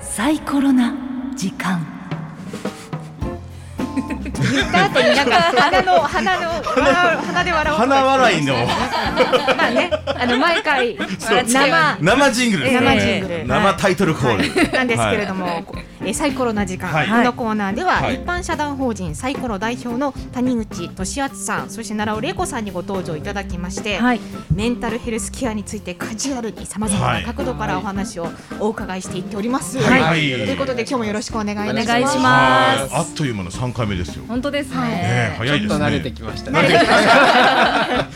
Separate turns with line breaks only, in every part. サイコロな時間
言った後になんか鼻の鼻のわー鼻で笑おうとして
鼻笑いの
まあねあの毎回
そう
生
生ジングルですね
生ジングル
生タイトルコール、
なんですけれども、えーサイコロな時間、
はい
このコーナーでは、
はい
一般社団法人サイコロ代表の谷口俊敦さんそして奈良尾玲子さんにご登場いただきまして、
はい
メンタルヘルスケアについてカジュアルにさまざま
は
ない角度からお話をお伺いしていっております。
はいはい
ということで今日もよろしくお願いいたします。
お願いしま
はいあっという間の三回目ですよ、ね
本当ですね、
え、
ち
早
ょ
い
っ
で
と
すね
慣れてきました
慣れ
ね。
てきまし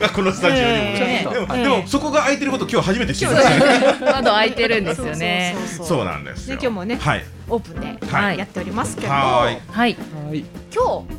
た このスタジオにもね、
ええ
でも、
ええ
でもそこが空いてること今日初めて知りましたね
窓開いてるんですよね
そうそうそうそう
そうなんですよ。
で今日もね
はい。
オープンで
はい
やっておりますけど、
は
はい
はい。
今
ーい。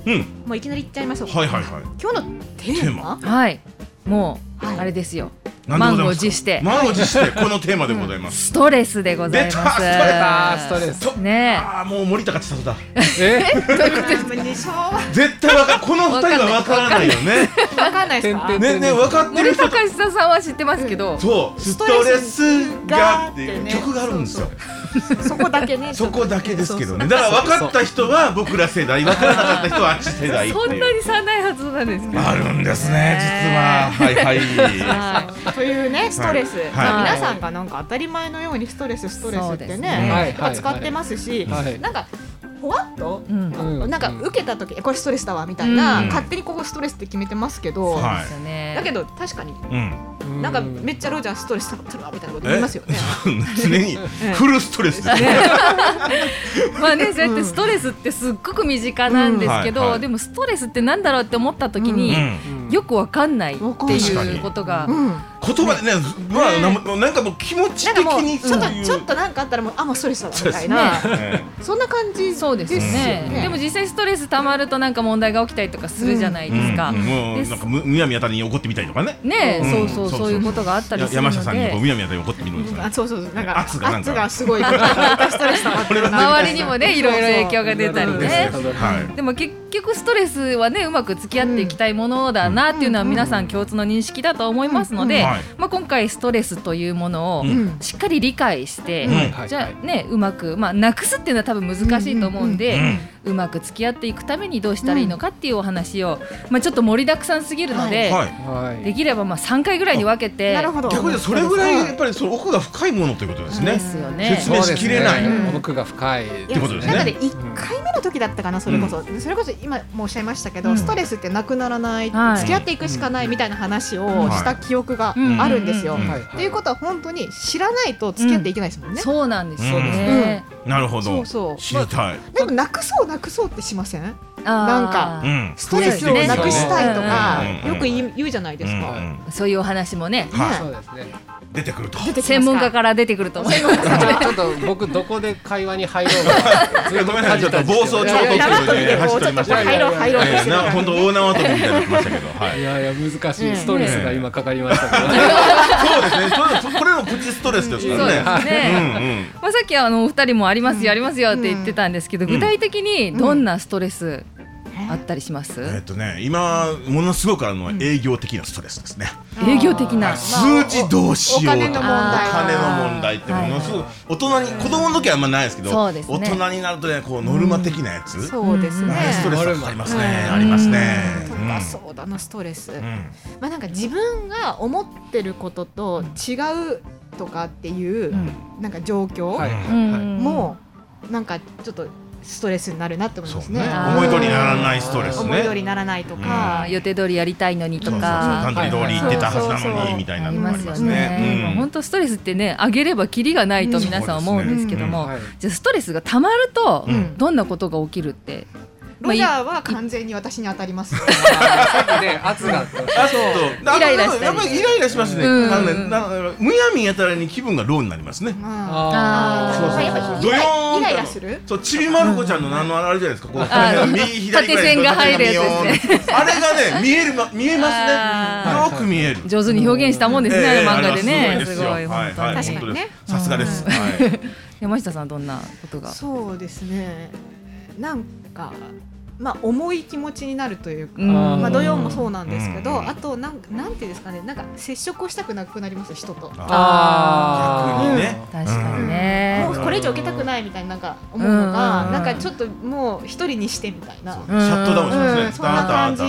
うん。
日もういきなり言っちゃいましょうか。
はいはいはい。
今日のテ
テ
ー
ー
マ
マ
はいもう、
はい
あれですよ
何でござい
満を持
ますか
して
満を持してこのテーマでございます。
ストレスでございます
出たストレス
あーストレス。
と
ねえ
ああもう森高千里だ。
え、
でしょう
絶対わかこの二人はわからないよね。
わかんないですか。
てんてん
ねね分かってる
森
人
高。千里さんは知ってますけど
そうストレスがっていう曲があるんですよ。
そこだけね。
そこだけですけどね。
そう
だから分かった人は僕ら世代、分からなかった人はあっち世代って
そんないに
う。
差ないはずなんですけど
あるんですね実は。はいはい。
そうというねストレス、
はい
まあ
はい
皆さんがなんか当たり前のようにストレスストレス
そう
っ
で
て
す
ね
ね
はい
やっぱ使ってますし、
はいはい
なんかほわっと、
うんそう
うん
なんか受けた時えこれストレスだわみたいな、
うん
勝手にここストレスって決めてますけど、
はい
ですよね
だけど確かに
うん。
なんかめっちゃロジャーストレス溜まってるわみたいなこと言い
え
ますよね。
常にフルストレスですね。
まあねそうやってストレスってすっごく身近なんですけど、
うんはいはい
でもストレスってなんだろうって思った時
う
に、
ん。
うん
よくわかんないって
わかんない
いうことが、
うん、
言葉でね、まあ、なんもなんかもう気持ち
なん
的
かもう
に
ちょっと
そういう
ちょっとなんかあったらもうあもうストレスだわみた
そ
い
うで
な
す
え
そんな感じ
そうですよね
よ
でも実際ストレス溜まるとなんか問題が起きたりとかするじゃない
え
ですか、
うんうんも
で
うなんかむむやみやたりに怒ってみたりとかね。
ね、
うん
そうそう
そう
そういうことがあったり
や
するの
山
で
下さんにこうむやみやたりに怒ってみるんですよ
あ
ね。
そうそうそうなんか
圧がなんか
圧が すごいまたストレス溜まってるな
周りにもねいろいろ影響が出たりね
そうそう
はい。
でも結局ストレスはねうまく付き合っていきたいものだなっていうのは
うんうん
皆さん共通の認識だと思いますので、
うんはい
まあ、今回ストレスというものを
うん
しっかり理解して、
うん
はい
じゃあねうまく、まあ、なくすっていうのは多分難しいと思うんで、う
うん
まく付き合っていくためにどうしたらいいのかっていうお話を、まあ、ちょっと盛りだくさんすぎるので、
はい。
はい。
できればまあ3回ぐらいに分けて
なるほど
逆にそれぐらいやっぱりその奥が深いものということですね
で。すよね。
説明しきれない
そうですね奥が深い。
い
て
や
ことですね
なんかね一回目の時だったかなそれこそ、それこそ今もおっしゃいましたけど、
うん
ストレスってなくならない、
はい
付き合っていくしかないみたいな話をした記憶が
うん
あるんですよ。
うんうん
と、
はい
はい
いうことは本当に知らないと付き合っていけないですもんね。
そうなんですよね。
なるほ
そ
ど
う。そう
知りたい。
でもなくそうなくそうってしません
あー
なんか
うん。
ストレスをなくしたいとか、
うん
よく言い言うじゃないですか。
うんうん
そういうお話もね、
はい
そうですね。
出てくると。
出てきますか
専門家から出てくると思います。
ちょっと僕どこで会話に入ろうか。ずっ
ごめんな さい、ちょっと暴走ちょっと
いやいや
黙っといてこう
走っておりましたけど
ちょっと入
ろう入ろうと
え
して
え
るから
な本当大縄跳びみたいになってましたけど。はい
い。やいや難し
うん
いストレスが今かかりましたから。
そうですね。そうこれもプチストレスですか
そうで
ら
すね。
ね。
まあ、さっきあのお二人もありますよ、ありますよって言ってたんですけど、
ん
具体的にどんなストレスあったりします、
うんうん。えっとね、今ものすごくあるのは営業的なストレスですね。
営業的な。
数字どうしようとか
お金の問題
お金の問題ってものすごく大人に子供の時はあんまないですけど
そう
大
ですね
人になるとねこうノルマ的なやつあ
そうですね。
れストレスがかかりますね
うん
ありますね
とかそうだなストレス、
うんうん
まあなんか自分が思ってることと違うとかっていう、なんか状況
うん
も、なんかちょっとストレスになるなって思い
そ
ま
う
す
ね
ね。
あー
思い通りにならないストレス
思い
ね
通りにならないと
あ
か
ー、予定通りやりたいのにと
そうそうそう
か。
段取り通り行ってたはずなのにみたいな
あ
の
り
もあ
ま
り
すよ
ます
ね。
ね
本当ストレスってね、上げればキリがないと皆さん思うんですけども、
はい
じゃあストレスが溜まると
うん
どんなことが起きるって、
ロジャーは完全に私に当たります。
さっきね圧があった。
あそう
イライラしたり
やっぱりイライラしますね
うん
あのねなむやみやたらに気分がローになりますね
ま
あ
あ
ーそうそうそう
あ
やっぱ
ドヨーン
イライラする。
そうちびまる子ちゃんのあのあれじゃないですかこう
あー
右左ぐらい
縦線
の
が入るやつ
ですねあれがね見えるま見えま
あ
すねよく見える
上手に表現したもんですね、
ええ
漫画で
あ
ね。
の
す
す
ご
ご
い
いで
本
すよ
当
はい
に。
は
確
い
かにね
本当ですさすがですはい
山下さんどんなことが。
そうですね。なんかまあ重い気持ちになるというか。
うん
まあ、土曜もそうなんですけど、
うん
あとなんなんていうんですかねなんか 接触をしたくなくなります人と。
あ
あ
逆にね
確かにね
もう。これ以上受けたくないみたいななんか思うのが、
うん
なんかちょっともう一人にしてみたいな、
そうシャットダウンしますね、
うんそんな感じ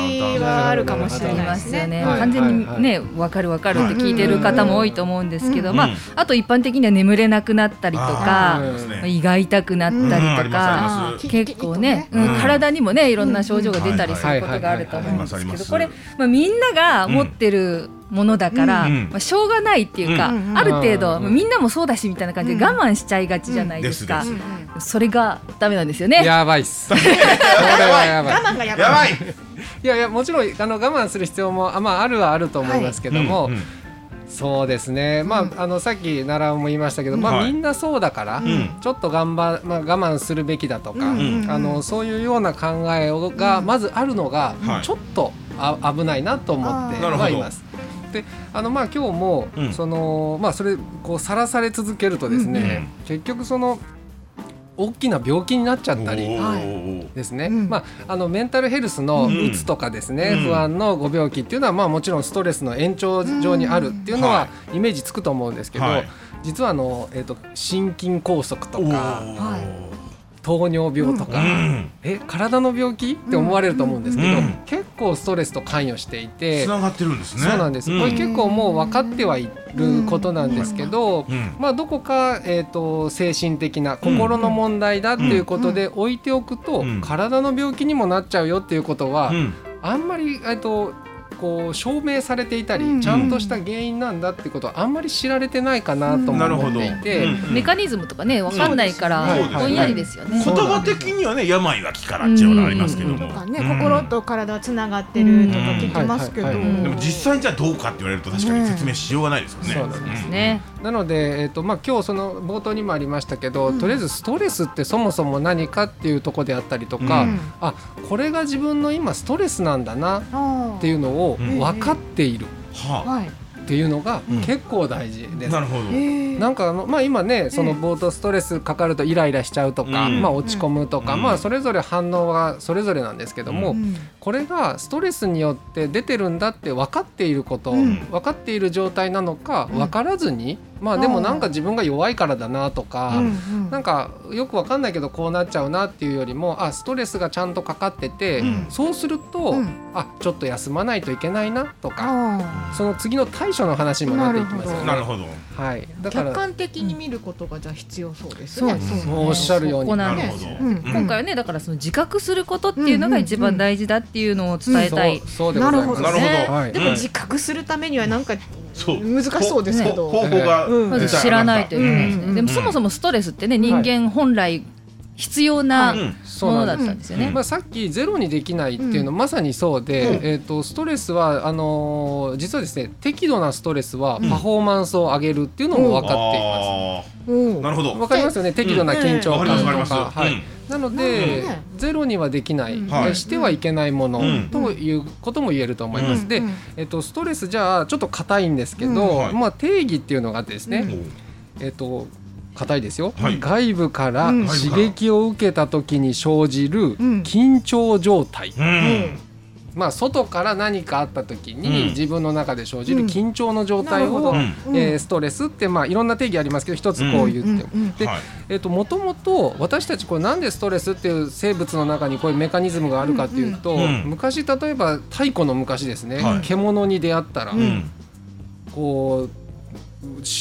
はあるかもし
あ
れ
り
ない
ま
ですす
よね、
ね。
はい
完全にね、わかるわかるって聞いてる方も多いと思うんですけど、まあ、あと一般的には眠れなくなったりと
あ
か
ーそうですね
胃が痛くなった
うんあ
りと
りますあります
か、
あー
結構ね、
うん
うん体にもねいろんな症状が出たりすることがあると思うんです
はい
け
はいはいはいありま
ど
す
これ、まあ、みんなが持ってるものだから、
うん
まあ、しょうがないっていうか、
うんうん
ある程度、
うん
まあみんなもそうだしみたいな感じで
うん
我慢しちゃいがちじゃないですか、
うん
うんうん
それがダメなんですよ ね。
やばいっす。これはやばい
我。慢がやばい
やばい
いやいやもちろんあの我慢する必要もあまああるはあると思いますけども、
うんうん
そうですね。まあ、
うん
あのさっき奈良も言いましたけど、まあ、
はい
みんなそうだから、
ん
ちょっと頑張まあ我慢するべきだとか、
うん
あのそういうような考えをが
うん
まずあるのが、
はい
ちょっとあ危ないなと思って
あ
ー
はいます。であのまあ今日も、
うん
そのまあそれこうさらされ続けるとですね、結局その大きな病気になっちゃったり。
おー
はい
ですね、
うん
まあ、あのメンタルヘルスの
うん
うつとかですね、
うん
不安のご病気っていうのは、まあ、もちろんストレスの延長上にあるっていうのは、イメージつくと思うんですけど、
はい
実はあの、えっと心筋梗塞と
おー
か
は
糖尿病と
う
か、
ん
え体の病気って思われると思うんですけど、
うん
結構ストレスと関与していて、
つながってるんですね
そうなんです、これ結構もう分かってはいることなんですけど、
うん
まあ、どこか、えー、と精神的な心の問題だっていうことで置いておくと、
うん
体の病気にもなっちゃうよっていうことは、
うん
あんまり、えー、とこう証明されていたり、
うん
ちゃんとした原因なんだってことはあんまり知られてないかなとも
なる
思
ほ
っ
ど
ていて、
うんうん
メカニズムとかねわかんないから
そうですね
ぼんやりですよね。
言葉的にはね病は気からっていうのはありますけど
と
も
かね、
うん
心と体はつながってるとか聞きますけど、
うんはい
はいはい
でも実際じゃあどうかって言われると確かに説明しようがないですよね
そうなん
ですね。
なので、えーとまあ、今日その冒頭にもありましたけど、
うん
とりあえずストレスってそもそも何かっていうところであったりとか、
うん
あこれが自分の今ストレスなんだなっていう
う
のを
うん
分かっている
ん、
は
はい、
っていうのが
うん
結構大事
あ
です。
なるほど
な
なんんかあの、まあ、今ねその冒頭ストレスかかるとイライラしちゃうとか、
うん
まあ、落ち込むとか、
うん
まあ、それぞれ反応はそれぞれなんですけども、
う
これがストレスによって出てるんだって分かっていること、
うん
分かっている状態なのか
うん
分からずに、まあでもなんか自分が弱いからだなとか。なんかよくわかんないけどこうなっちゃうなっていうよりもあストレスがちゃんとかかってて、
うん
そうすると、
うん
あちょっと休まないといけないなとか、
あ
その次の対処の話にもなっていきますよね。
なるほど
はい、だ
ー
か
客
ら
観的に見ることがじゃあ必要そうですね。
そうですね
おっしゃるように
そこな
なんる
で
ほ
す
ど
よ
うん
うん
今回はねだからその自覚することっていうのが一番大事だっていうのを伝えたい。
そうそうでご
な
ざ
る
い
ほ
ます
ど
なるほ
ね
ど
はい
でも自覚するためにはなんか
そう
難しそうですけど
ほ方法が
うん
まず知らないといけないです
う
ね。
ん
でもそもそもストレスってね人間本来必要な
う
も
ん
そう
のだ
な
っ
んです
たんですよ
う
ね
ん。
まあ、さっきゼロにできないっていうのはまさにそうで、
うん
えー、とストレスはあのー実はですね適度なストレスは
ん
パフォーマンスを上げるっていうのも分かっています。
あ
うん
ーなるほど
わ、かりますよね適度な緊張
わかり
感
ま
と
すわ
か
かります、
はいなので、
うん
ゼロにはできない、
うん
はい
してはいけないもの、
うん
ということも言えると思います。
うん
で、えー、とストレスじゃあちょっと硬いんですけど、
うんはい
まあ、定義っていうのがあってですね、
うん
えっと硬いですよ、
はい
外部から
うん
刺激を受けた時に生じる
うん
緊張状態、
うん
まあ外から何かあった時
うん
に自分の中で生じる緊張の状態ほど、
うん
なる
ほど
えーストレスってまあいろんな定義ありますけど一つこう言って、で
はい
えっともともと私たちこれなんでストレスっていう生物の中にこういうメカニズムがあるかっていうと、
うんうんうん
昔例えば太古の昔ですね、
はい
獣に出会ったら、
うん
こう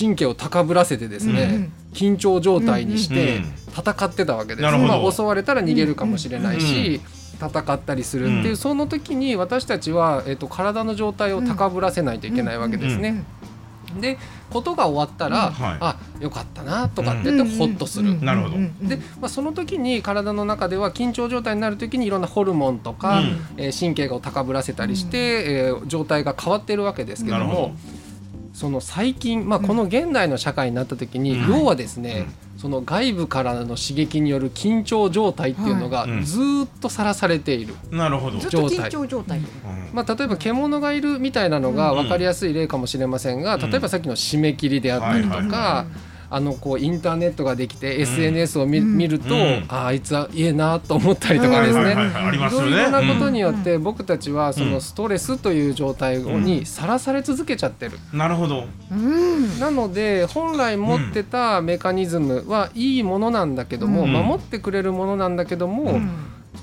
神経を高ぶらせてですね、緊張状態にして
うんうん
戦ってたわけです、
なるほど
まあ、襲われたら逃げるかもしれないし、戦ったりするっていう、
うん
その時に私たちは、えっと体の状態を高ぶらせないといけないわけですね。でことが終わったら、
うんはい
あよかったなとかって言ってほっとする。
なるほど
でまあ、その時に体の中では緊張状態になる時にいろんなホルモンとか、
うん
えー神経を高ぶらせたりして、えー状態が変わってるわけですけど
なるほ
もその最近、まあ、この現代の社会になった時に、
うん
要はですね、その外部からの刺激による緊張状態っていうのが
はいうん
ずーっとさらされている、
なるほど
ずっと緊張状態。
うん
まあ、例えば獣がいるみたいなのが
うん
分かりやすい例かもしれませんが、
うん
例えばさっきの締め切りであったりとか、
は
は
い
いはい
あのこうインターネットができて SNS を見,、見ると、ああいつはいいなと思ったりとかですね、
はいはいはいありま
い
すよ
ろい
ね
ろなこと
う
によって僕たちはそのストレスという状態にさらされ続けちゃってる。
んなるほど
うん
なので本来持ってたメカニズムはいいものなんだけど
う
も、
ん
守ってくれるものなんだけども、
うん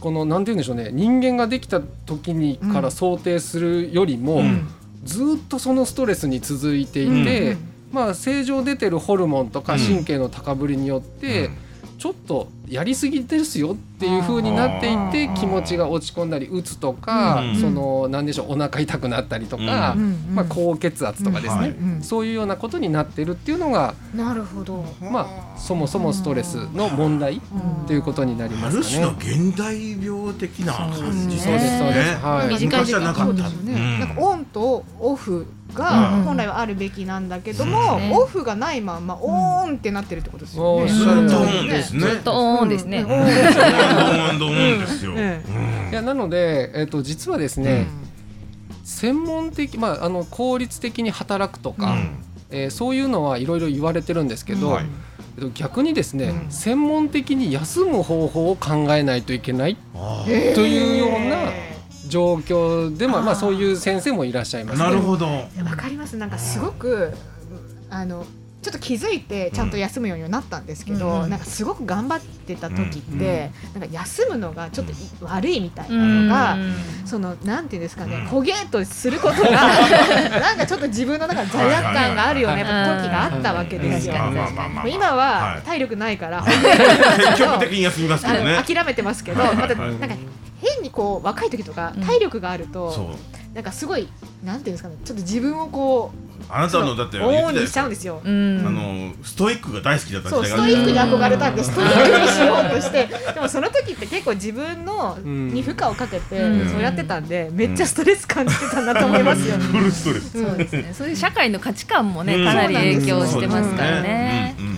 このなんて言うんでしょうね人間ができた時にから想定するよりも、
うん
ずーっとそのストレスに続いていて、
うん
まあ、正常出てるホルモンと
う
か
ん
神経の高ぶりによって、ちょっとやりすぎですよっていう風になっていって
あー
気持ちが落ち込んだり鬱とか、
うん
そのなんでしょうお腹痛くなったりとか、
うんうん
まあ、高血圧とかですね、
はい
うん
そういうようなことになってるっていうのが、
なるほど。
まあ、そもそもストレスの問題っていうことになり
あ
ます
る
か
種の
ね。
現代病的な感じ
そうですね
そうですはい
昔じゃなか
そう
っ
で
た
すよ
う
ね。
ん
なんかオンとオフ
う
が
ん
本来はあるべきなんだけど
う
も
ん、
オフがないまんまオンってなってるってことです
お
よね。
っし
そ
ゃ
う
る
だと
通
思うんですね
ドーンですね。
うんうん
ドーンですよ、
ええ
いやなので、えっと実はですね、専門的、まあ、あの効率的に働くとか、えーそういうのはいろいろ言われてるんですけど、
はい
えっと逆にですね、
うん
専門的に休む方法を考えないといけない
あ
ええ
というような状況でも、
あー
まあ、そういう先生もいらっしゃいま
あ
すね。
なるほど
わかりますなんかすごくあのちょっと気づいてちゃんと休むようにはなったんですけど、
うん
なんかすごく頑張ってた時って、なんか休むのがちょっとい悪いみたいな
うん
のが、そのなんていうんですかね
う
焦げっとすることがなんかちょっと自分の中で罪悪感があるような
はい
やっ
はいはい
ぱ時があったわけですよ。
確かに
も
まあまあまあまあ
う今
は
はい体力ないから、
積極的に休みますけ
あ
どね
の諦めてますけど、
はいはい
ま
はい
たなんか変にこう若い時とか
うん
体力がある
そう
と、なんかすごいなんていうんですかねちょっと自分をこう
あなたのだって言
オ
っ
ンにしちゃうん
て
ですよ。
うん
たあのストイックが大好きだった
そう
時
ス
代
ト
が
イックに
ある
憧れたんでストイックにしようとしてでもその時って結構自分の
ん
に負荷をかけ
う
て
ん
そうやってたんでめっちゃストレス感じてたなと思いますよね。
フルストレス
そうですね。そういう社会の価値観もね、
うん
かなり影響してますから
そうです
ね。
うん